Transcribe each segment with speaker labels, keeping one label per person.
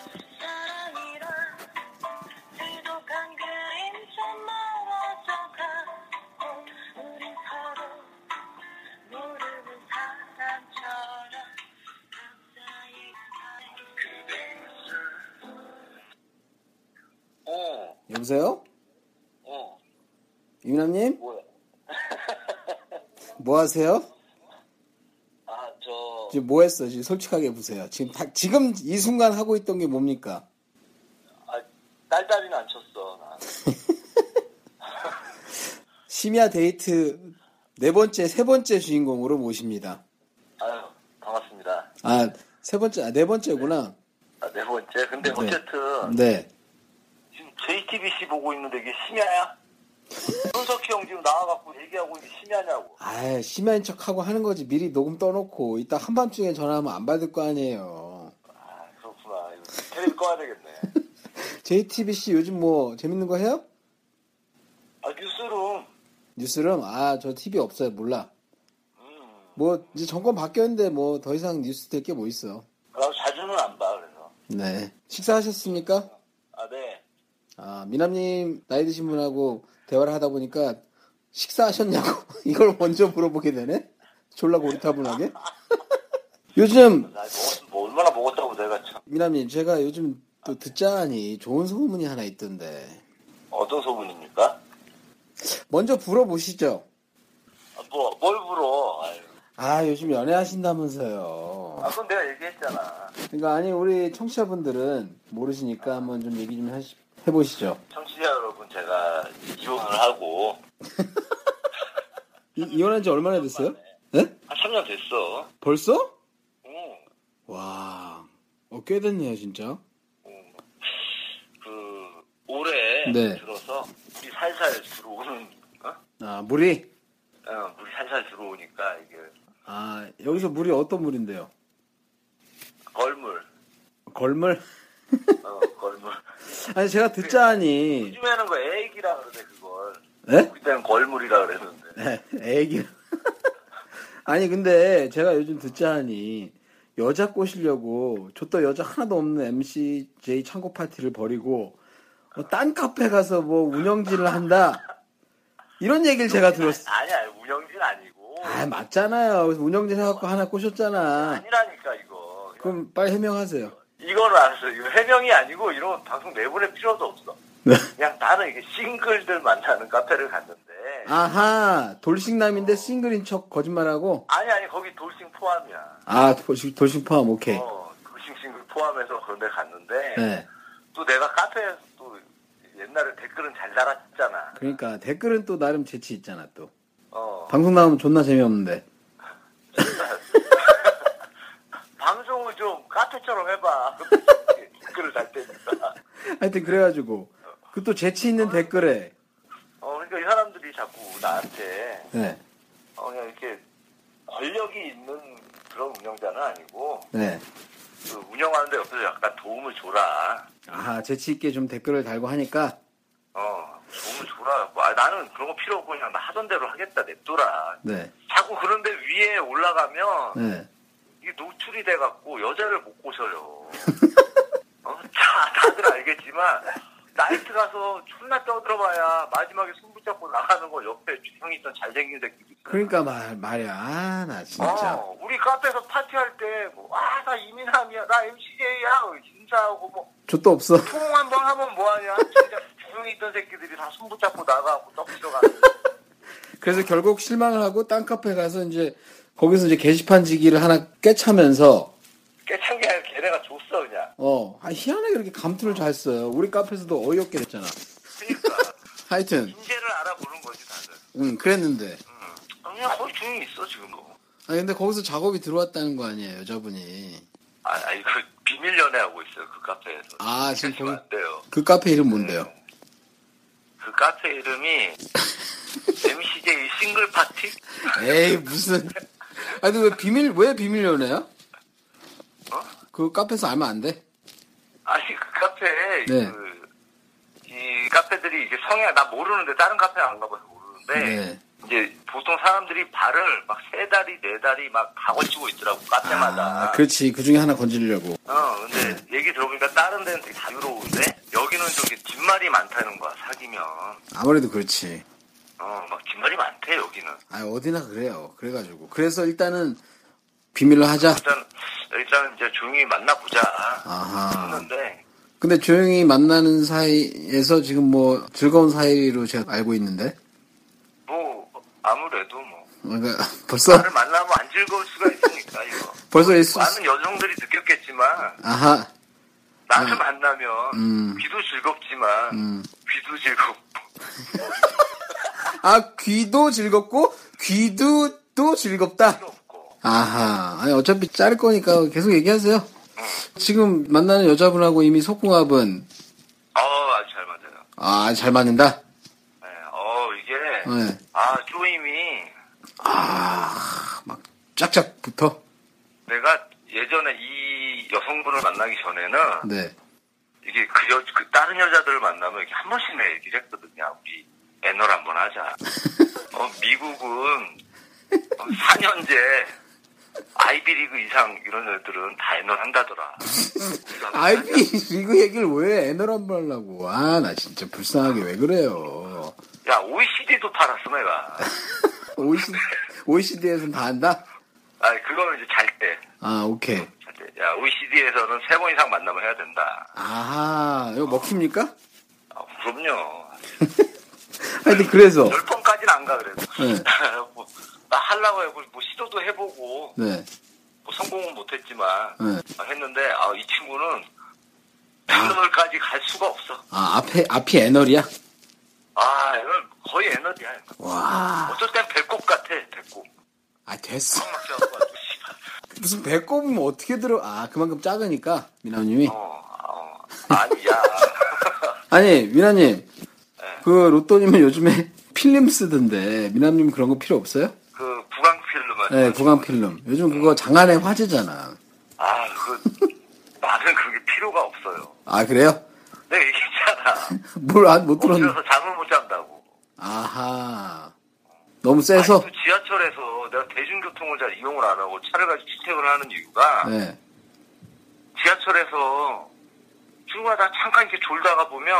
Speaker 1: 사랑이란 지독한 그림자 말아져가 우리 서로 모르는 사람처럼 감사히 그대
Speaker 2: 어,
Speaker 3: 여보세요?
Speaker 2: 어,
Speaker 3: 유남님?
Speaker 2: 뭐야.
Speaker 3: 뭐 하세요?
Speaker 2: 아, 저,
Speaker 3: 지금 뭐 했어? 지금 솔직하게 보세요. 지금 다, 지금 이 순간 하고 있던 게 뭡니까?
Speaker 2: 아, 딸딸이는 안 쳤어, 나.
Speaker 3: 심야 데이트 네 번째, 세 번째 주인공으로 모십니다.
Speaker 2: 아유, 반갑습니다.
Speaker 3: 아, 세 번째, 아, 네 번째구나.
Speaker 2: 아, 네 번째. 근데
Speaker 3: 네.
Speaker 2: 어쨌든,
Speaker 3: 네.
Speaker 2: 지금 JTBC 보고 있는데 이게 심야야? 손석희 형 지금 나와갖고 얘기하고 이게 심야냐고.
Speaker 3: 아, 심야인 척하고 하는 거지. 미리 녹음 떠놓고 이따 한밤중에 전화하면 안 받을 거 아니에요.
Speaker 2: 아, 그렇구나. 이거 테레비 꺼야 되겠네.
Speaker 3: JTBC 요즘 뭐 재밌는 거 해요?
Speaker 2: 아, 뉴스룸.
Speaker 3: 뉴스룸? 아, 저 TV 없어요. 몰라.
Speaker 2: 음,
Speaker 3: 뭐 이제 정권 바뀌었는데 뭐 더 이상 뉴스 될 게 뭐 있어.
Speaker 2: 나도 아, 자주는 안 봐, 그래서.
Speaker 3: 네. 식사하셨습니까?
Speaker 2: 아, 네.
Speaker 3: 아, 미남님 나이 드신 분하고 대화를 하다 보니까 식사하셨냐고 이걸 먼저 물어보게 되네? 졸라 고리타분하게? 요즘
Speaker 2: 나 먹었, 뭐 얼마나 먹었다고 내가 참.
Speaker 3: 미남님 제가 요즘 또 듣자하니 좋은 소문이 하나 있던데
Speaker 2: 어떤 소문입니까?
Speaker 3: 먼저 불어보시죠
Speaker 2: 아, 뭐, 뭘 물어. 아유.
Speaker 3: 아 요즘 연애하신다면서요
Speaker 2: 아, 그건 내가 얘기했잖아.
Speaker 3: 그러니까 아니 우리 청취자분들은 모르시니까 한번 좀 얘기 좀 하시- 해보시죠
Speaker 2: 청취자 여러분, 제가 이혼을 하고
Speaker 3: 이, 이혼한 지 얼마나 됐어요? 네?
Speaker 2: 한 3년 됐어.
Speaker 3: 벌써?
Speaker 2: 응.
Speaker 3: 와, 어, 꽤 됐네요 진짜
Speaker 2: 응. 그 올해
Speaker 3: 네.
Speaker 2: 들어서 물이 살살 들어오는 어?
Speaker 3: 아 물이?
Speaker 2: 어, 물이 살살 들어오니까 이게
Speaker 3: 아 여기서 물이 어떤 물인데요?
Speaker 2: 걸물.
Speaker 3: 걸물?
Speaker 2: 어, 걸물.
Speaker 3: 아니 제가 듣자하니
Speaker 2: 요즘에는 그 애기라 그러대 그걸.
Speaker 3: 에?
Speaker 2: 우리 때는 걸물이라 그랬는데.
Speaker 3: 에, 애기 아니 근데 제가 요즘 듣자하니 여자 꼬시려고 저또 여자 하나도 없는 MCJ 창고 파티를 벌이고 뭐딴 카페 가서 뭐 운영진을 한다 이런 얘기를 제가 들었어
Speaker 2: 아니, 아니, 운영진 아니고.
Speaker 3: 아 맞잖아요 그래서 운영진 해갖고 하나 꼬셨잖아
Speaker 2: 아니라니까 이거.
Speaker 3: 그럼 빨리 해명하세요
Speaker 2: 이걸 알았어. 이거 해명이 아니고 이런 방송 내보낼 필요도 없어.
Speaker 3: 네.
Speaker 2: 그냥 나는 이게 싱글들 만나는 카페를 갔는데
Speaker 3: 아하 돌싱남인데 싱글인 척 거짓말하고
Speaker 2: 아니 아니 거기 돌싱 포함이야.
Speaker 3: 아 돌싱 돌싱 포함 오케이
Speaker 2: 어 돌싱 싱글 포함해서 그런데 갔는데
Speaker 3: 예. 네
Speaker 2: 또 내가 카페에서 또 옛날에 댓글은 잘 달았잖아.
Speaker 3: 그러니까 댓글은 또 나름 재치 있잖아 또
Speaker 2: 어
Speaker 3: 방송 나오면 존나 재미없는데
Speaker 2: 방송을 좀 카페처럼 해봐. 댓글을 달 테니까.
Speaker 3: 하여튼 그래가지고 그 또 재치 있는 댓글에
Speaker 2: 어 그러니까 이 사람들이 자꾸 나한테
Speaker 3: 네,
Speaker 2: 어 그냥 이렇게 권력이 있는 그런 운영자는 아니고
Speaker 3: 네.
Speaker 2: 그 운영하는데 옆에서 약간 도움을 줘라.
Speaker 3: 아 재치 있게 좀 댓글을 달고 하니까
Speaker 2: 어, 도움을 줘라. 뭐, 아, 나는 그런 거 필요 없고 그냥 나 하던 대로 하겠다 냅둬라.
Speaker 3: 네,
Speaker 2: 자꾸 그런데 위에 올라가면
Speaker 3: 네.
Speaker 2: 이게 노출이 돼갖고 여자를 못 꼬셔요. 어, 다, 다들 알겠지만 나이트 가서 존나 떠들어봐야 마지막에 손 붙잡고 나가는 거 옆에 주성이 있던 잘생긴 새끼들.
Speaker 3: 그러니까 말 말이야 아 나 진짜
Speaker 2: 어, 우리 카페에서 파티할 때, 뭐, 아, 나 이민함이야, 나 MCJ야, 인사하고, 뭐,
Speaker 3: 저도 없어
Speaker 2: 통 한 번 하면 뭐하냐? 진짜 조용히 있던 새끼들이 다 손 붙잡고 나가고 떡치러 가는
Speaker 3: 그래서 결국 실망을 하고 딴 카페 가서 이제 거기서 이제 게시판 지기를 하나 꿰차면서
Speaker 2: 깨찬 게 아니라 걔네가 줬어 그냥
Speaker 3: 어 아, 희한하게 이렇게 감투를 잘 써요 우리 카페에서도 어이없게 됐잖아
Speaker 2: 그러니까
Speaker 3: 하여튼
Speaker 2: 인재를 알아보는 거지 다들
Speaker 3: 음 그랬는데
Speaker 2: 음. 그냥 거의 조용히 있어 지금도
Speaker 3: 아 근데 거기서 작업이 들어왔다는 거 아니에요 여자분이
Speaker 2: 아, 아 이거 비밀 연애하고 있어요 그 카페에서
Speaker 3: 아, 지금
Speaker 2: 그러시면 안 돼요 네.
Speaker 3: 그 카페 이름 뭔데요?
Speaker 2: 그 카페 이름이 MCJ 싱글 파티?
Speaker 3: 에이 무슨 아니 왜 비밀 왜 비밀 연애야?
Speaker 2: 어?
Speaker 3: 그 카페에서 알면 안 돼?
Speaker 2: 아니 그 카페에
Speaker 3: 네.
Speaker 2: 그 카페들이 이제 성향 나 모르는데 다른 카페는 안 가봐서 모르는데
Speaker 3: 네.
Speaker 2: 이제 보통 사람들이 발을 막 세 다리 네 다리 막 다 걸치고 있더라고 카페마다.
Speaker 3: 아, 그렇지. 네. 그 중에 하나 건지려고.
Speaker 2: 어 근데 얘기 들어보니까 다른 데는 되게 자유로운데 여기는 저기 뒷말이 많다는 거야 사귀면
Speaker 3: 아무래도 그렇지.
Speaker 2: 어막 뒷말이 많대 여기는.
Speaker 3: 아, 어디나 그래요. 그래가지고. 그래서 일단은 비밀로 하자.
Speaker 2: 일단 일단 이제 조용히 만나보자
Speaker 3: 아하.
Speaker 2: 했는데
Speaker 3: 근데 조용히 만나는 사이에서 지금 뭐 즐거운 사이로 제가 알고 있는데.
Speaker 2: 뭐 아무래도 뭐
Speaker 3: 그러니까 벌써,
Speaker 2: 나를 만나면 안 즐거울 수가 있으니까 이거
Speaker 3: 벌써 있을 수,
Speaker 2: 많은 여성들이 느꼈겠지만
Speaker 3: 아하.
Speaker 2: 나를 만나면
Speaker 3: 음.
Speaker 2: 귀도 즐겁지만
Speaker 3: 음.
Speaker 2: 귀도 즐겁고
Speaker 3: 아, 귀도 즐겁고, 귀도 또 즐겁다.
Speaker 2: 귀도 없고
Speaker 3: 아하. 아니, 어차피 자를 거니까 계속 얘기하세요. 지금 만나는 여자분하고 이미 속궁합은,
Speaker 2: 어 아주 잘 맞아요
Speaker 3: 아, 잘 맞는다?
Speaker 2: 네, 어 이게
Speaker 3: 네.
Speaker 2: 아 쪼임이
Speaker 3: 아, 막, 쫙쫙 붙어?
Speaker 2: 내가 예전에 이 여성분을 만나기 전에는
Speaker 3: 네.
Speaker 2: 이게 그, 여, 그 다른 여자들을 만나면 이렇게 한 번씩 내 얘기를 했거든요 우리 애널 한 번 하자 어, 미국은 4년제 아이비리그 이상 이런 애들은 다 애널 한다더라
Speaker 3: 아이비, 이거 얘기를 왜 애너란 말 하려고. 아, 나 진짜 불쌍하게 왜 그래요.
Speaker 2: 야, OECD도 팔았어, 내가.
Speaker 3: OECD, OECD에서는 다 한다?
Speaker 2: 아, 그거는 이제 잘 때.
Speaker 3: 아, 오케이.
Speaker 2: 잘 때. 야, OECD에서는 세 번 이상 만나면 해야 된다.
Speaker 3: 아하, 이거 먹힙니까?
Speaker 2: 아, 그럼요.
Speaker 3: 하여튼, 그래서.
Speaker 2: 열 번까지는 안 가, 그래도.
Speaker 3: 네.
Speaker 2: 뭐, 나 하려고 해고, 뭐, 시도도 해보고,
Speaker 3: 네.
Speaker 2: 뭐 성공은 못했지만,
Speaker 3: 네.
Speaker 2: 아, 했는데, 아, 이 친구는 애널까지 갈 수가 없어.
Speaker 3: 아, 앞에, 앞이 애널이야?
Speaker 2: 아, 애널, 거의 애널이야.
Speaker 3: 와.
Speaker 2: 어쩔 땐 배꼽 같아, 배꼽.
Speaker 3: 아, 됐어.
Speaker 2: 꽉 막혀가지고, 씨발.
Speaker 3: 무슨 배꼽이면 어떻게 들어? 아 그만큼 작으니까 미나님이
Speaker 2: 어, 어. 아니야.
Speaker 3: 아니 미나님
Speaker 2: 네.
Speaker 3: 그 로또님은 요즘에 필름 쓰던데 미나님 그런 거 필요 없어요?
Speaker 2: 그, 구강 필름은.
Speaker 3: 네 구강 필름 요즘 그거 장안의 화제잖아.
Speaker 2: 아, 그, 나는 그게 필요가 없어요.
Speaker 3: 아 그래요?
Speaker 2: 내가 얘기했잖아.
Speaker 3: 뭘 못 들었네.
Speaker 2: 엎드려서 잠을 못 잔다고.
Speaker 3: 아하 너무
Speaker 2: 아니,
Speaker 3: 세서
Speaker 2: 또 지하철에서 내가 대중교통을 잘 이용을 안 하고 차를 가지고 출퇴근을 하는 이유가
Speaker 3: 네.
Speaker 2: 지하철에서 중간에 잠깐 이렇게 졸다가 보면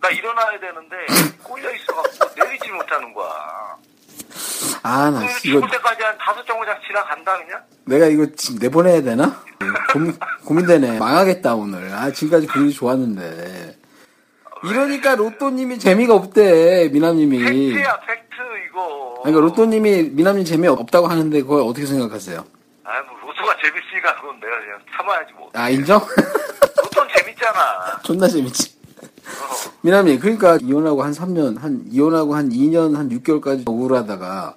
Speaker 2: 나 일어나야 되는데 꼴려 있어갖고 내리지 못하는 거야.
Speaker 3: 아 나
Speaker 2: 그
Speaker 3: 이거
Speaker 2: 죽을 때까지 한 다섯 정거장 지나간다 그냥?
Speaker 3: 내가 이거 지금 내보내야 되나? 고민, 고민되네. 망하겠다 오늘. 아 지금까지 분위기 좋았는데. 이러니까 로또님이 재미가 없대 미나님이.
Speaker 2: 팩트야 팩트 이거.
Speaker 3: 음. 그러니까 로또님이 미남님 재미없다고 하는데 그걸 어떻게 생각하세요?
Speaker 2: 아, 뭐 로또가 재밌으니까 그건 내가 그냥 참아야지 뭐.
Speaker 3: 아 인정?
Speaker 2: 로또는 재밌잖아.
Speaker 3: 존나 재밌지.
Speaker 2: 어.
Speaker 3: 미남님 그러니까 이혼하고 한 3년, 한 이혼하고 한 2년, 한 6개월까지 억울하다가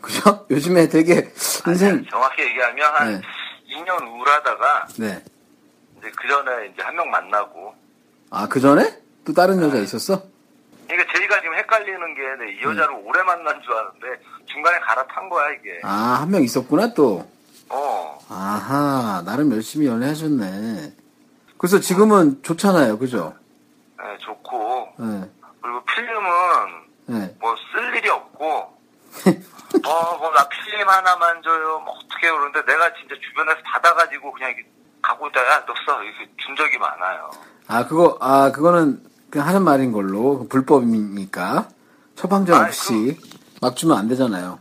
Speaker 3: 그죠? 요즘에 되게 인생
Speaker 2: 아니, 정확히 얘기하면 한
Speaker 3: 네.
Speaker 2: 2년 우울하다가
Speaker 3: 네.
Speaker 2: 이제 그 전에 이제 한 명 만나고
Speaker 3: 아 그 전에 또 다른 여자 있었어?
Speaker 2: 그러니까 제이가 지금 헷갈리는 게 내 이 여자를 오래 만난 줄 아는데 중간에 갈아탄 거야 이게
Speaker 3: 음. 아 한 명 있었구나 또.
Speaker 2: 어
Speaker 3: 아하 나름 열심히 연애하셨네. 그래서 지금은 좋잖아요, 그죠?
Speaker 2: 네, 좋고
Speaker 3: 네.
Speaker 2: 그리고 필름은
Speaker 3: 네.
Speaker 2: 뭐 쓸 일이 없고 어, 어뭐나 필름 하나만 줘요 뭐 어떻게 그러는데 내가 진짜 주변에서 받아가지고 그냥 이렇게 갖고 있다 야너써 이렇게 준 적이 많아요
Speaker 3: 아 그거 아 그거는 그냥 하는 말인 걸로 불법이니까 처방전
Speaker 2: 아이,
Speaker 3: 없이 막 주면 안 되잖아요.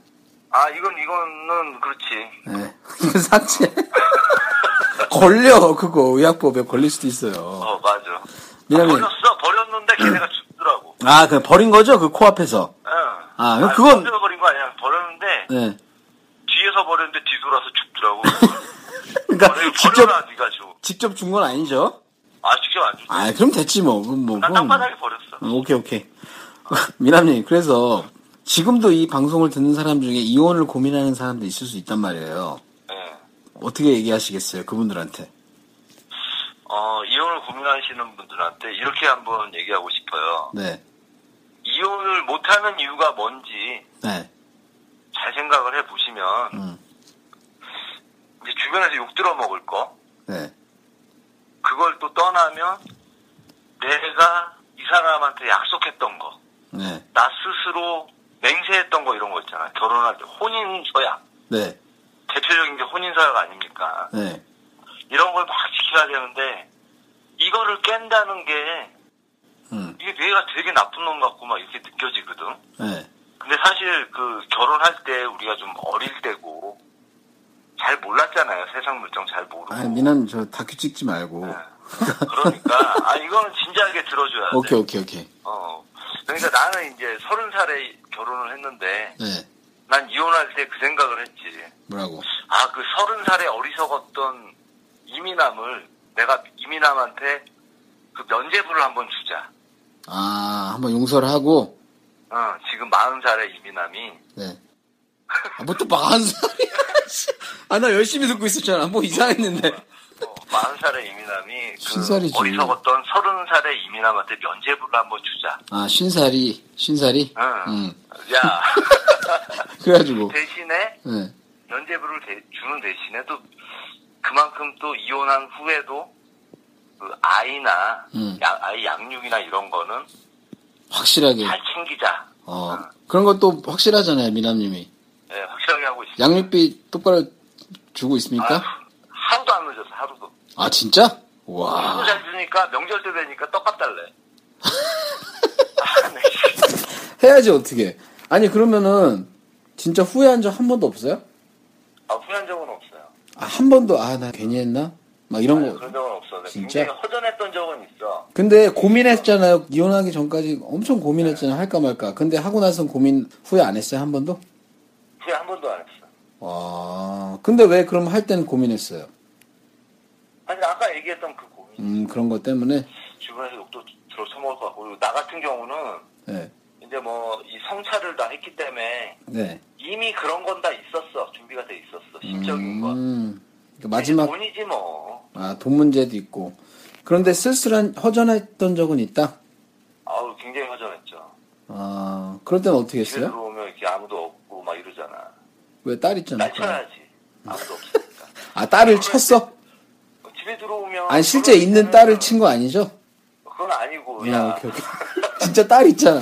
Speaker 2: 아 이건 이거는 그렇지
Speaker 3: 네. 이거 삭제. 걸려 그거 의약법에 걸릴 수도 있어요.
Speaker 2: 어 맞아
Speaker 3: 미남이
Speaker 2: 버렸어 버렸는데 걔네가 죽더라고
Speaker 3: 아 그냥 버린 거죠 그코 앞에서. 아,
Speaker 2: 아,
Speaker 3: 그럼 그건-
Speaker 2: 뒤에서 버린 거 아니야. 버렸는데,
Speaker 3: 네.
Speaker 2: 뒤에서 버렸는데 뒤돌아서 죽더라고.
Speaker 3: 그러니까
Speaker 2: 버려-
Speaker 3: 직접
Speaker 2: 버려라, 네가 줘.
Speaker 3: 직접 준 건 아니죠?
Speaker 2: 아, 직접 안 줬어.
Speaker 3: 아 그럼 됐지 뭐. 그럼 뭐
Speaker 2: 나
Speaker 3: 그건 뭐.
Speaker 2: 땅바닥에 버렸어.
Speaker 3: 어, 오케이 오케이. 미남님 그래서 지금도 이 방송을 듣는 사람 중에 이혼을 고민하는 사람도 있을 수 있단 말이에요.
Speaker 2: 예.
Speaker 3: 어떻게 얘기하시겠어요 그분들한테?
Speaker 2: 어, 이혼을 고민하시는 분들한테 이렇게 한번 얘기하고 싶어요.
Speaker 3: 네.
Speaker 2: 이혼을 못하는 이유가 뭔지
Speaker 3: 네.
Speaker 2: 잘 생각을 해보시면,
Speaker 3: 음.
Speaker 2: 이제 주변에서 욕 들어먹을 거,
Speaker 3: 네.
Speaker 2: 그걸 또 떠나면, 내가 이 사람한테 약속했던 거,
Speaker 3: 네.
Speaker 2: 나 스스로 맹세했던 거 이런 거 있잖아요. 결혼할 때 혼인 서약.
Speaker 3: 네.
Speaker 2: 대표적인 게 혼인 서약 아닙니까?
Speaker 3: 네.
Speaker 2: 이런 걸 막 지켜야 되는데 이거를 깬다는 게
Speaker 3: 음.
Speaker 2: 이게 뇌가 되게 나쁜 놈 같고 막 이렇게 느껴지거든.
Speaker 3: 네.
Speaker 2: 근데 사실 그 결혼할 때 우리가 좀 어릴 때고 잘 몰랐잖아요. 세상 물정 잘 모르고.
Speaker 3: 아, 미난 저 다큐 찍지 말고.
Speaker 2: 그러니까 아 이거는 진지하게 들어줘야 돼.
Speaker 3: 오케이, 오케이, 오케이.
Speaker 2: 어. 그러니까 나는 이제 서른 살에 결혼을 했는데
Speaker 3: 네.
Speaker 2: 난 이혼할 때 그 생각을 했지.
Speaker 3: 뭐라고?
Speaker 2: 아 그 서른 살에 어리석었던 이민남을 내가 이민남한테 그 면제부를 한번 주자.
Speaker 3: 아, 한번 용서를 하고.
Speaker 2: 어, 지금 마흔 살에 이민남이
Speaker 3: 네. 아, 뭐또 망한 소리야. 씨. 아, 나 열심히 듣고 있었잖아. 뭐 이상했는데.
Speaker 2: 어, 40살의 이민남이 그
Speaker 3: 신살이지.
Speaker 2: 어리석었던 30살의 이민남한테 면제부를 한번 주자.
Speaker 3: 아, 신사리. 신사리?
Speaker 2: 응.
Speaker 3: 음.
Speaker 2: 야,
Speaker 3: 그래가지고.
Speaker 2: 대신에
Speaker 3: 네.
Speaker 2: 면제부를 대- 주는 대신에 또 그만큼 또 이혼한 후에도 그 아이나
Speaker 3: 음.
Speaker 2: 야- 아이 양육이나 이런 거는
Speaker 3: 확실하게.
Speaker 2: 잘 챙기자.
Speaker 3: 어. 그런 것도 확실하잖아요, 미남님이.
Speaker 2: 예, 확실하게 하고 있습니다.
Speaker 3: 양육비 똑바로 주고 있습니까?
Speaker 2: 아, 하루도 안 늦었어, 하루도.
Speaker 3: 아, 진짜?
Speaker 2: 너무
Speaker 3: 와.
Speaker 2: 잘 주니까 명절 때 되니까 떡값 달래. 아, 네.
Speaker 3: 해야지, 어떻게. 아니, 그러면은, 진짜 후회한 적 한 번도 없어요?
Speaker 2: 아, 후회한 적은 없어요.
Speaker 3: 아, 한 번도, 아, 나 괜히 했나? 막 이런
Speaker 2: 아니, 그렇죠.
Speaker 3: 거.
Speaker 2: 그런 적은 없어. 내가
Speaker 3: 진짜?
Speaker 2: 굉장히 허전했던 적은 있어.
Speaker 3: 근데 고민했잖아요. 이혼하기 전까지 엄청 고민했잖아요. 할까 말까. 근데 하고 나선 고민 후회 안 했어요? 한 번도?
Speaker 2: 후회 한 번도 안 했어.
Speaker 3: 와. 근데 왜 그럼 할 때는 고민했어요?
Speaker 2: 사실 아까 얘기했던 그 고민
Speaker 3: 음, 그런 것 때문에.
Speaker 2: 주변에서 욕도 들어 처먹을 것 같고 그리고 나 같은 경우는
Speaker 3: 네.
Speaker 2: 이제 뭐 이 성찰을 다 했기 때문에
Speaker 3: 네.
Speaker 2: 이미 그런 건 다 있었어 준비가 돼 있었어 심적인 건
Speaker 3: 음. 그러니까 마지막,
Speaker 2: 돈이지 뭐
Speaker 3: 아, 돈 문제도 있고. 그런데 쓸쓸한, 허전했던 적은 있다?
Speaker 2: 아우 굉장히 허전했죠
Speaker 3: 아, 그럴 땐 어떻게
Speaker 2: 집에
Speaker 3: 했어요?
Speaker 2: 들어오면 이렇게 아무도 없고 막 이러잖아
Speaker 3: 왜 딸 있잖아.
Speaker 2: 날 쳐야지 아무도 없으니까 뭐
Speaker 3: 아, 딸을 쳤어?
Speaker 2: 집에 들어오면
Speaker 3: 아니, 실제 있는 딸을 친 거 아니죠?
Speaker 2: 그건 아니고
Speaker 3: 아,
Speaker 2: 야
Speaker 3: 오케이, 오케이. 진짜 딸 있잖아.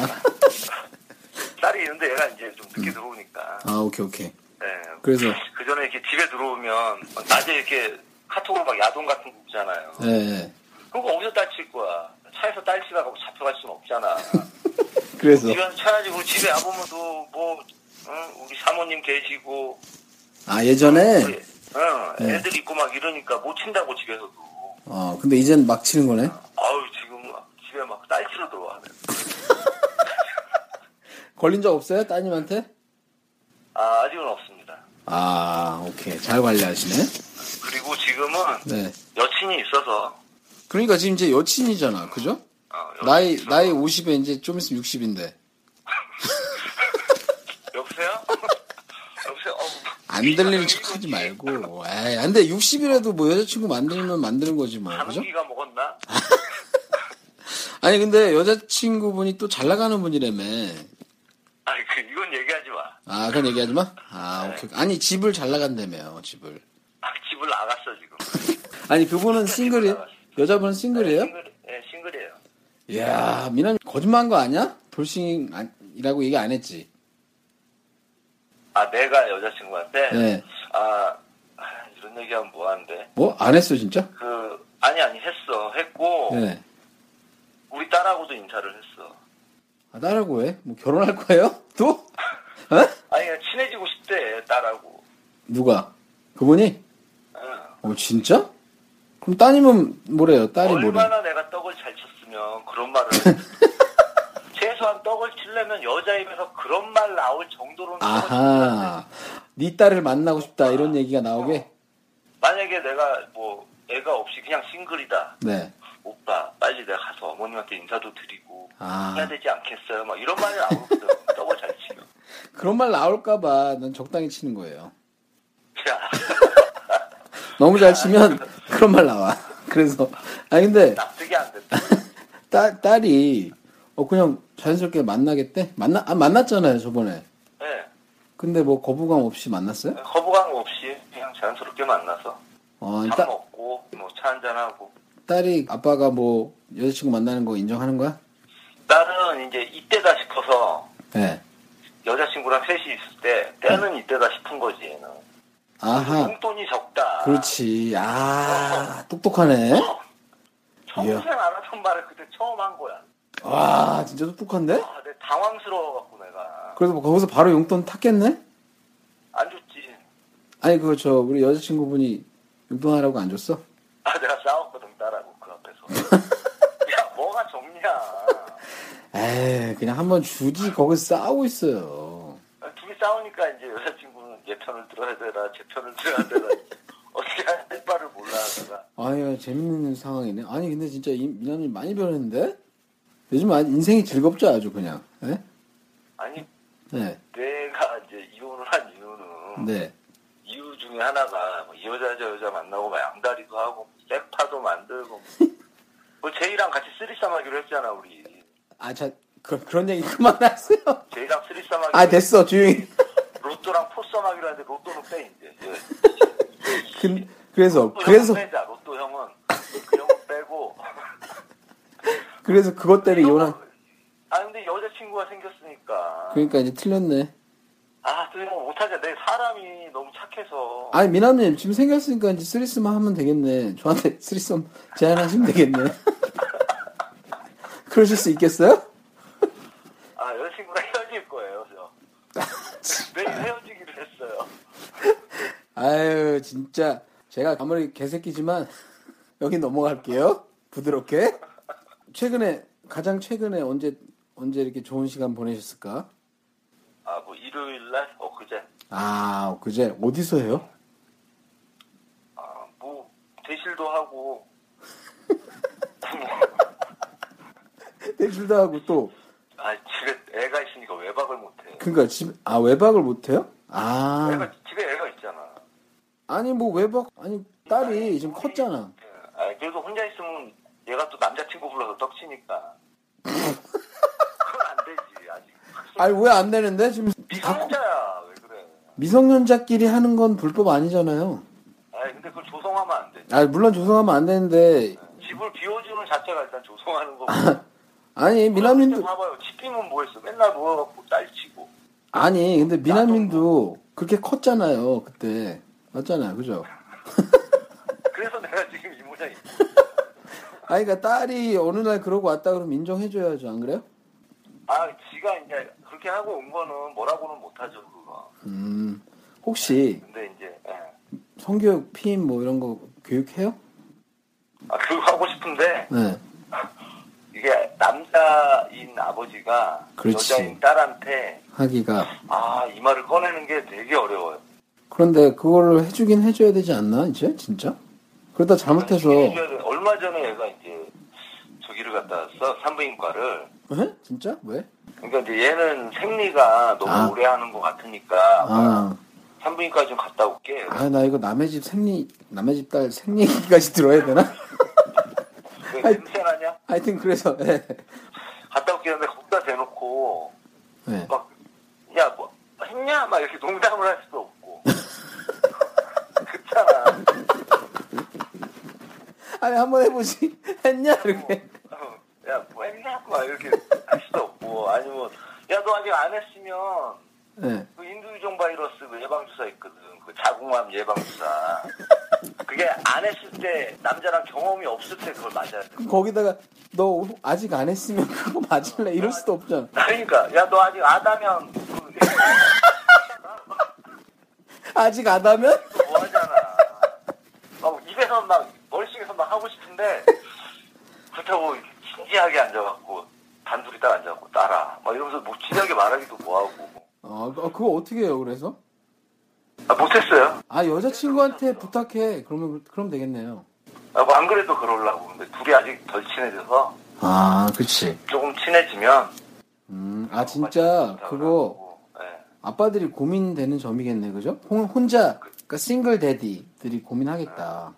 Speaker 2: 딸이 있는데 얘가 이제 좀 늦게 들어오니까
Speaker 3: 아, 오케이, 오케이.
Speaker 2: 예.
Speaker 3: 그래서?
Speaker 2: 그 전에 이렇게 집에 들어오면 막 낮에 이렇게 카톡으로 막 야동 같은 거 보잖아요.
Speaker 3: 예, 예.
Speaker 2: 그거 어디서 딸칠 거야? 차에서 딸치다가 잡혀갈 수는 없잖아.
Speaker 3: 그래서.
Speaker 2: 집에 와서 쳐야지. 우리 집에 안 보면 또 뭐, 응? 우리 사모님 계시고,
Speaker 3: 아, 예전에?
Speaker 2: 우리, 응,
Speaker 3: 네.
Speaker 2: 애들 있고 막 이러니까 못 친다고 집에서도.
Speaker 3: 어, 근데 이젠 막 치는 거네?
Speaker 2: 아유, 지금 막 집에 막 딸치러 들어와.
Speaker 3: 걸린 적 없어요? 따님한테?
Speaker 2: 아, 아직은 없습니다.
Speaker 3: 아, 오케이. 잘 관리하시네?
Speaker 2: 그리고 지금은
Speaker 3: 네.
Speaker 2: 여친이 있어서,
Speaker 3: 그러니까 지금 이제 여친이잖아. 그죠?
Speaker 2: 어, 여,
Speaker 3: 나이, 나이 50에 이제 좀 있으면 60인데.
Speaker 2: 여보세요? 여보세요? 어,
Speaker 3: 안 들리는 척 하지 말고. 에이, 안 돼. 60이라도 뭐 여자친구 만들면 만드는 거지 뭐. 그죠?
Speaker 2: 감기가 먹었나?
Speaker 3: 아니, 근데 여자친구분이 또 잘 나가는 분이라며.
Speaker 2: 아니 그 이건 얘기하지 마.
Speaker 3: 아, 그건 얘기하지 마? 아, 오케이. 아니, 집을 잘 나간다며, 집을.
Speaker 2: 아, 집을 나갔어 지금.
Speaker 3: 아니, 그분은 싱글이, 여자분은 싱글이에요?
Speaker 2: 싱글, 예, 싱글이에요.
Speaker 3: 이야, 미남 거짓말한 거 아니야? 돌싱이라고 얘기 안 했지.
Speaker 2: 아 내가 여자친구한테
Speaker 3: 네.
Speaker 2: 아, 아, 이런 얘기하면 뭐하는데
Speaker 3: 뭐? 안 했어, 진짜?
Speaker 2: 그 아니 아니 했어 했고
Speaker 3: 네.
Speaker 2: 우리 딸하고도 인사를 했어.
Speaker 3: 아, 딸하고 해? 뭐 결혼할 거예요? 또? 어?
Speaker 2: 아니 그냥 친해지고 싶대 딸하고.
Speaker 3: 누가? 그분이?
Speaker 2: 응.
Speaker 3: 어, 진짜? 그럼 따님은 뭐래요? 딸이 뭐래?
Speaker 2: 얼마나 내가 떡을 잘 쳤으면 그런 말을 최소한 떡을 치려면 여자 입에서 그런 말 나올 정도로는 떡을 쳤는데
Speaker 3: 아하. 네 딸을 만나고 싶다 이런 얘기가 나오게?
Speaker 2: 만약에 내가 뭐 애가 없이 그냥 싱글이다
Speaker 3: 네.
Speaker 2: 오빠 빨리 내가 가서 어머님한테 인사도 드리고
Speaker 3: 아.
Speaker 2: 해야 되지 않겠어요? 막 이런 말이 나오거든 떡을 잘 치면
Speaker 3: 그런 말 나올까봐 난 적당히 치는 거예요.
Speaker 2: 야
Speaker 3: 너무 잘 치면 그런 말 나와. 그래서. 아니, 근데
Speaker 2: 납득이 안 된다
Speaker 3: 딸, 딸이 어, 그냥 자연스럽게 만나겠대? 만나, 아, 만났잖아요, 저번에.
Speaker 2: 예
Speaker 3: 근데 뭐 거부감 없이 만났어요?
Speaker 2: 거부감 없이 그냥 자연스럽게 만나서
Speaker 3: 어,
Speaker 2: 밥
Speaker 3: 따,
Speaker 2: 먹고 뭐 차 한잔 하고
Speaker 3: 딸이 아빠가 뭐 여자친구 만나는 거 인정하는 거야?
Speaker 2: 나는 이제 이때다 싶어서
Speaker 3: 네.
Speaker 2: 여자친구랑 셋이 있을 때 때는 이때다 싶은 거지 얘는.
Speaker 3: 아하.
Speaker 2: 용돈이 적다.
Speaker 3: 그렇지. 아, 똑똑하네.
Speaker 2: 평생
Speaker 3: 예.
Speaker 2: 안 하던 말을 그때 처음 한 거야.
Speaker 3: 와, 진짜 똑똑한데?
Speaker 2: 아, 내 당황스러워갖고 내가
Speaker 3: 그래서 뭐 거기서 바로 용돈 탔겠네?
Speaker 2: 안 줬지.
Speaker 3: 아니, 그거 저, 우리 여자친구분이 용돈하라고 안 줬어?
Speaker 2: 아, 내가 싸웠거든 딸하고 그 앞에서. 야, 뭐가 적냐?
Speaker 3: 에이, 그냥 한번 주지. 거기서 싸우고 있어요.
Speaker 2: 둘이 싸우니까 이제 여자친구는 얘 편을 들어야 되나 제 편을 들어야 되나 어떻게 할 바를 몰라 내가.
Speaker 3: 아유, 재밌는 상황이네. 아니, 근데 진짜 이- 미남님 많이 변했는데? 요즘 아주 인생이 즐겁죠, 아주 그냥. 네?
Speaker 2: 아니
Speaker 3: 네.
Speaker 2: 내가 이제 이혼을 한 이유는
Speaker 3: 네.
Speaker 2: 이유 중에 하나가 뭐이 여자 저 여자 만나고 막 양다리도 하고 쌩파도 만들고 뭐 제이랑 같이 쓰리썸 하기로 했잖아 우리
Speaker 3: 아, 자, 그, 그런 얘기 그만하세요.
Speaker 2: 제이랑 쓰리썸 하기로
Speaker 3: 아, 됐어, 조용히.
Speaker 2: 로또랑 포썸 하기로 했는데 로또는 빼 이제 예.
Speaker 3: 근, 그래서,
Speaker 2: 로또
Speaker 3: 그래서,
Speaker 2: 형은 빼자 로또 형은 그 형은 빼고
Speaker 3: 그래서 그것 때문에 이혼한.
Speaker 2: 아 근데 여자친구가 생겼으니까
Speaker 3: 그러니까 이제 틀렸네.
Speaker 2: 아또 이런 못하자 내 사람이 너무 착해서
Speaker 3: 아니, 미남님, 지금 생겼으니까 이제 쓰리썸만 하면 되겠네. 저한테 쓰리썸 제안하시면 되겠네. 그러실 수 있겠어요?
Speaker 2: 아 여자친구랑 헤어질 거예요 저 매일 헤어지기로 했어요
Speaker 3: 아유, 진짜. 제가 아무리 개새끼지만, 여기 넘어갈게요. 부드럽게. 최근에, 가장 최근에 언제, 언제 이렇게 좋은 시간 보내셨을까?
Speaker 2: 아 뭐 일요일 날 엊그제
Speaker 3: 아, 그제 어디서 해요?
Speaker 2: 아 뭐 대실도 하고 뭐.
Speaker 3: 대출도 네, 하고 또,
Speaker 2: 아 집에 애가 있으니까 외박을 못해
Speaker 3: 그러니까 집, 아, 외박을 못해요? 아.
Speaker 2: 애가 집에 애가 있잖아
Speaker 3: 아니 뭐 외박 아니 딸이 지금 컸잖아.
Speaker 2: 예. 아 그래도 혼자 있으면 얘가 또 남자친구 불러서 떡치니까 그건 안 되지 아직
Speaker 3: 아니 왜 안 되는데 지금 다
Speaker 2: 미성자야 왜 그래
Speaker 3: 미성년자끼리 하는 건 불법 아니잖아요.
Speaker 2: 아 근데 그걸 조성하면 안 되지
Speaker 3: 아 물론 조성하면 안 되는데
Speaker 2: 집을 비워주는 자체가 일단 조성하는 거고
Speaker 3: 아니
Speaker 2: 그때
Speaker 3: 아, 미남님도
Speaker 2: 봐봐요 집비면 뭐했어 맨날 모여갖고 딸치고
Speaker 3: 아니 근데 미남님도 그렇게 컸잖아요 그때 맞잖아요 그죠?
Speaker 2: 그래서 내가 지금 이 모양이
Speaker 3: 아니 그러니까 딸이 어느 날 그러고 왔다 그러면 인정해줘야죠 안 그래요?
Speaker 2: 아 지가 이제 그렇게 하고 온 거는 뭐라고는 못하죠 그거
Speaker 3: 음 혹시
Speaker 2: 근데 이제 예.
Speaker 3: 성교육 피임 뭐 이런 거 교육해요?
Speaker 2: 아 그거 하고 싶은데
Speaker 3: 네.
Speaker 2: 이게 남자인 아버지가
Speaker 3: 그렇지.
Speaker 2: 여자인 딸한테
Speaker 3: 하기가
Speaker 2: 아 이 말을 꺼내는 게 되게 어려워요
Speaker 3: 그런데 그거를 해주긴 해줘야 되지 않나 이제 진짜? 그러다 잘못해서
Speaker 2: 해줘야 돼. 얼마 전에 얘가 이제 저기를 갔다 왔어 산부인과를
Speaker 3: 에? 진짜? 왜?
Speaker 2: 그러니까 이제 얘는 생리가 너무
Speaker 3: 아.
Speaker 2: 오래 하는 것 같으니까
Speaker 3: 아,
Speaker 2: 산부인과 좀 갔다 올게
Speaker 3: 아, 나 이거 남의 집 생리, 남의 집 딸 생리 얘기까지 들어야 되나?
Speaker 2: 왜 냄새 나냐?
Speaker 3: 하여튼 그래서, 예.
Speaker 2: 갔다 올게 하는데 거기다 대놓고
Speaker 3: 예.
Speaker 2: 막, 야, 뭐, 했냐? 막 이렇게 농담을 할 수도 없고. 그렇잖아.
Speaker 3: 아니, 한번 해보지. 했냐? 이렇게.
Speaker 2: 어, 야, 뭐 했냐? 막 이렇게 할 수도 없고. 아니면, 뭐, 야, 너 아직 안 했으면,
Speaker 3: 예.
Speaker 2: 그 인두유종 바이러스 그 예방주사 있거든. 그 자궁암 예방주사. 그게 안 했을 때, 남자랑 경험이 없을 때 그걸 맞아야 돼.
Speaker 3: 그럼 거기다가, 너 아직 안 했으면 그거 맞을래? 이럴 수도 없잖아.
Speaker 2: 그러니까, 야, 너 아직 안 하면, 그,
Speaker 3: 아직 안 하면?
Speaker 2: 뭐 하잖아. 막 입에서 막 머릿속에서 막 하고 싶은데 그렇다고 이렇게 진지하게 앉아갖고 단둘이 딱 앉아갖고 따라 막 이러면서 뭐 진지하게 말하기도 뭐하고
Speaker 3: 어, 그- 그거 어떻게 해요, 그래서?
Speaker 2: 아, 못했어요.
Speaker 3: 아, 여자친구한테 부탁해. 그러면, 그럼 되겠네요.
Speaker 2: 아, 뭐안 그래도 그러려고 근데 둘이 아직 덜 친해져서
Speaker 3: 아, 그치.
Speaker 2: 조금 친해지면
Speaker 3: 음, 아, 진짜, 그거,
Speaker 2: 네.
Speaker 3: 아빠들이 고민되는 점이겠네, 그죠? 혼- 혼자, 그러니까 싱글 데디들이 고민하겠다.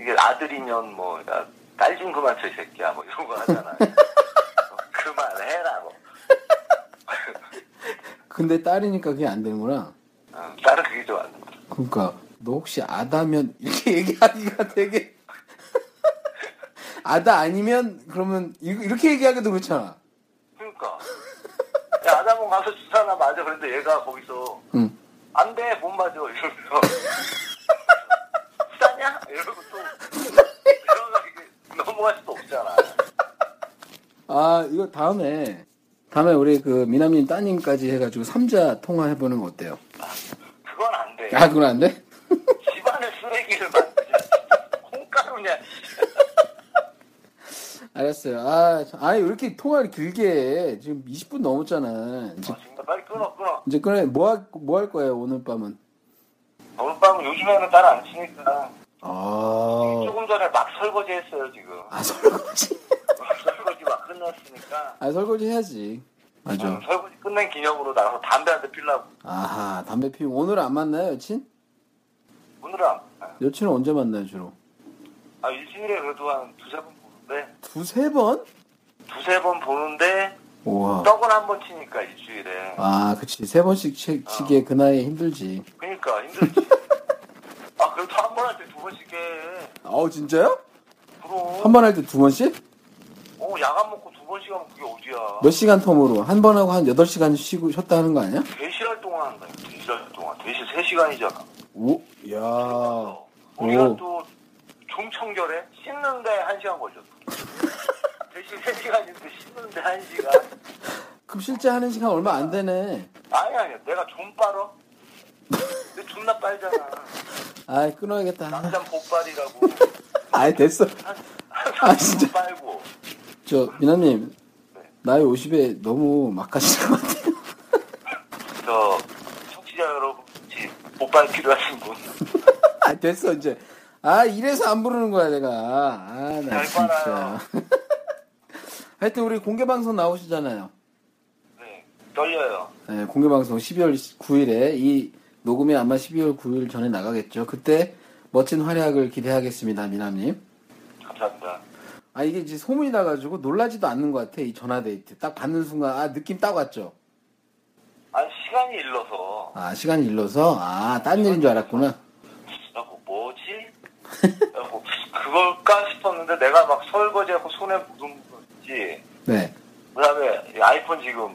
Speaker 2: 이게 아들이면 뭐 딸 좀 그만 쳐 이 새끼야 뭐 이런 거 하잖아. 어, 그만해라 뭐.
Speaker 3: 근데 딸이니까 그게 안 되는구나.
Speaker 2: 어, 딸은 그게 좋아.
Speaker 3: 그러니까 너 혹시 아다면 이렇게 얘기하기가 되게 아다 아니면 그러면 이- 이렇게 얘기하기도 그렇잖아.
Speaker 2: 그러니까. 야, 아담은 가서 주사나 맞아. 그런데 얘가 거기서,
Speaker 3: 응.
Speaker 2: 안 돼, 못 맞아. 이러면서. 싸냐? 이러고 또, 이러면 이게 넘어갈 수도 없잖아.
Speaker 3: 아 이거 다음에 다음에 우리 그 미남님 따님까지 해가지고 삼자 통화해보는 거 어때요?
Speaker 2: 그건 안 돼.
Speaker 3: 아 그건 안 돼?
Speaker 2: 집안의 쓰레기를 만드냐. 콩가루냐.
Speaker 3: 알았어요. 아, 참. 아니 왜 이렇게 통화를 길게 해? 지금 20분 넘었잖아. 이제,
Speaker 2: 아, 진짜 빨리 끊어, 끊어.
Speaker 3: 이제 그래 뭐할 뭐 할 거예요 오늘 밤은?
Speaker 2: 오늘 밤은 요즘에는 딸 안 치니까.
Speaker 3: 아,
Speaker 2: 조금 전에 막 설거지 했어요, 지금.
Speaker 3: 아 설거지.
Speaker 2: 설거지 막 끝났으니까.
Speaker 3: 아 설거지 해야지. 맞아.
Speaker 2: 음, 설거지 끝낸 기념으로 나가서 담배 한 대 피려고.
Speaker 3: 아하 담배 피우 오늘 안 만나요 여친?
Speaker 2: 오늘은 안 봐요.
Speaker 3: 여친은 언제 만나요 주로?
Speaker 2: 아, 일주일에 그래도 한 두세 번 보는데,
Speaker 3: 두세 번?
Speaker 2: 두세 번 보는데,
Speaker 3: 우와.
Speaker 2: 떡은 한 번 치니까, 일주일에.
Speaker 3: 어. 아 그치 세 번씩 치, 치기에 그 나이에 힘들지.
Speaker 2: 그니까, 그러니까 힘들지. 아, 그래도 한 번 할 때 두 번씩 해.
Speaker 3: 아우 진짜요?
Speaker 2: 그럼.
Speaker 3: 한 번 할 때 두 번씩?
Speaker 2: 어, 야간 먹고 두 번씩 하면 그게 어디야.
Speaker 3: 몇 시간 텀으로? 한 번 하고 한 8시간 쉬고 쉬었다 하는 거 아니야?
Speaker 2: 네 대시할 동안 한다니까, 네 대시할 동안. 대시 세 시간이잖아.
Speaker 3: 오, 야.
Speaker 2: 우리가
Speaker 3: 어. 오.
Speaker 2: 또, 중청결에 씻는데 한 시간 걸렸어. 대시 세 시간인데 씻는데 한 시간.
Speaker 3: 그럼 실제 하는 시간 얼마 안 되네.
Speaker 2: 아니, 아니야. 내가 좀 빨어? 근데 존나 빨잖아.
Speaker 3: 아이, 끊어야겠다.
Speaker 2: 남자 복발이라고.
Speaker 3: 아이, 됐어. 아,
Speaker 2: 아,
Speaker 3: 진짜.
Speaker 2: 빨고.
Speaker 3: 저, 미나님.
Speaker 2: 네.
Speaker 3: 나이 50에 너무 막 가시는 것 같아요.
Speaker 2: 저, 청취자 여러분, 혹시 복발 필요하신 분.
Speaker 3: 아, 됐어, 이제. 아, 이래서 안 부르는 거야, 내가. 아, 나
Speaker 2: 잘
Speaker 3: 진짜.
Speaker 2: 빨아요.
Speaker 3: 하여튼, 우리 공개방송 나오시잖아요.
Speaker 2: 네, 떨려요.
Speaker 3: 네, 공개방송 12월 9일에 이 녹음이 아마 12월 9일 전에 나가겠죠. 그때 멋진 활약을 기대하겠습니다, 미남님.
Speaker 2: 감사합니다.
Speaker 3: 아 이게 이제 소문이 나가지고 놀라지도 않는 것 같아 이 전화 데이트 딱 받는 순간 아 느낌 딱 왔죠
Speaker 2: 아니, 시간이 일러서.
Speaker 3: 아 시간이 일러서 아 딴 일인 줄 알았구나
Speaker 2: 야, 뭐, 뭐지? 야, 뭐, 그걸까 싶었는데 내가 막 설거지하고 손에 묻은 거지.
Speaker 3: 네
Speaker 2: 그 다음에 아이폰 지금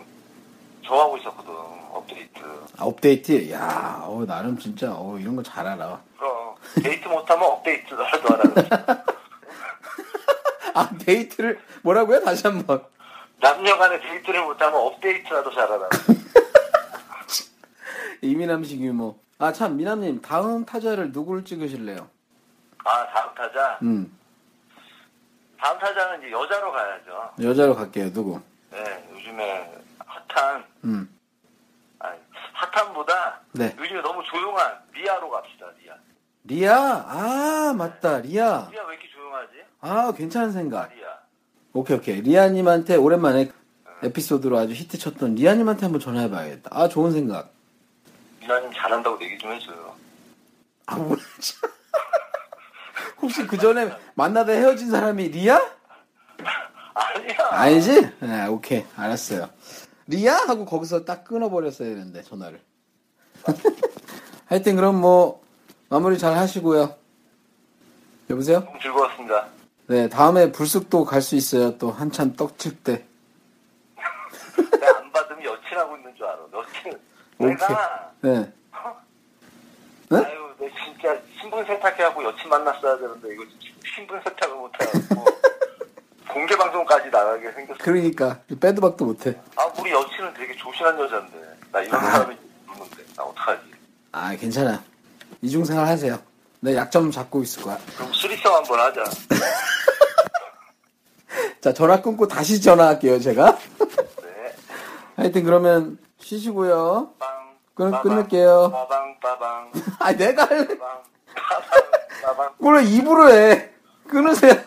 Speaker 2: 정하고 있었거든. 업데이트.
Speaker 3: 아, 업데이트 야 어, 나름 진짜 어, 이런 거 잘 알아
Speaker 2: 그럼, 데이트 못하면 업데이트라도 하라.
Speaker 3: 아 데이트를 뭐라고요 다시 한번
Speaker 2: 남녀 간의 데이트를 못하면 업데이트라도 잘하라.
Speaker 3: 이미남식 유머 아 참 미남님 다음 타자를 누구를 찍으실래요
Speaker 2: 아, 다음 타자?
Speaker 3: 음
Speaker 2: 다음 타자는 이제 여자로 가야죠.
Speaker 3: 여자로 갈게요 누구
Speaker 2: 네, 요즘에 핫한,
Speaker 3: 음
Speaker 2: 아니, 핫한보다
Speaker 3: 네.
Speaker 2: 요즘에 너무 조용한 리아로 갑시다, 리아.
Speaker 3: 리아 아 맞다 리아
Speaker 2: 리아 왜 이렇게 조용하지?
Speaker 3: 아 괜찮은 생각
Speaker 2: 리아.
Speaker 3: 오케이 오케이 리아님한테 오랜만에 에피소드로 아주 히트쳤던 리아님한테 한번 전화해봐야겠다. 아 좋은 생각.
Speaker 2: 미나님 잘한다고 얘기 좀 해줘요.
Speaker 3: 아 뭐야 진짜. 혹시 그 전에 만나다 헤어진 사람이 리아?
Speaker 2: 아니야.
Speaker 3: 아니지? 네 오케이 알았어요. 리아 하고 거기서 딱 끊어버렸어야 되는데 전화를. 하여튼 그럼 뭐 마무리 잘 하시고요. 여보세요?
Speaker 2: 너무 즐거웠습니다.
Speaker 3: 네 다음에 불쑥도 갈 수 있어요. 또 한참 떡칠 때.
Speaker 2: 내가 안 받으면 여친하고 있는 줄 알아. 여친. 내가, 어?
Speaker 3: 네. 네?
Speaker 2: 아유, 내 진짜 신분 세탁해갖고 여친 만났어야 되는데, 이거 신분 세탁을 못해갖고. 공개방송까지 나가게 생겼어.
Speaker 3: 그러니까 빼도 박도 못해.
Speaker 2: 아, 우리 여친은 되게 조신한 여잔데. 나 이런
Speaker 3: 아.
Speaker 2: 사람이 있는데. 나 어떡하지?
Speaker 3: 아 괜찮아 이중생활 하세요 내 약점 잡고 있을 거야
Speaker 2: 그럼 수리성 한번 하자.
Speaker 3: 자 전화 끊고 다시 전화할게요 제가
Speaker 2: 네.
Speaker 3: 하여튼 그러면 쉬시고요
Speaker 2: 빵.
Speaker 3: 끊-
Speaker 2: 빠방,
Speaker 3: 끊을게요.
Speaker 2: 빠방, 빠방,
Speaker 3: 아 내가 할래
Speaker 2: 빠방, 빠방, 빠방.
Speaker 3: 그걸 입으로 해 끊으세요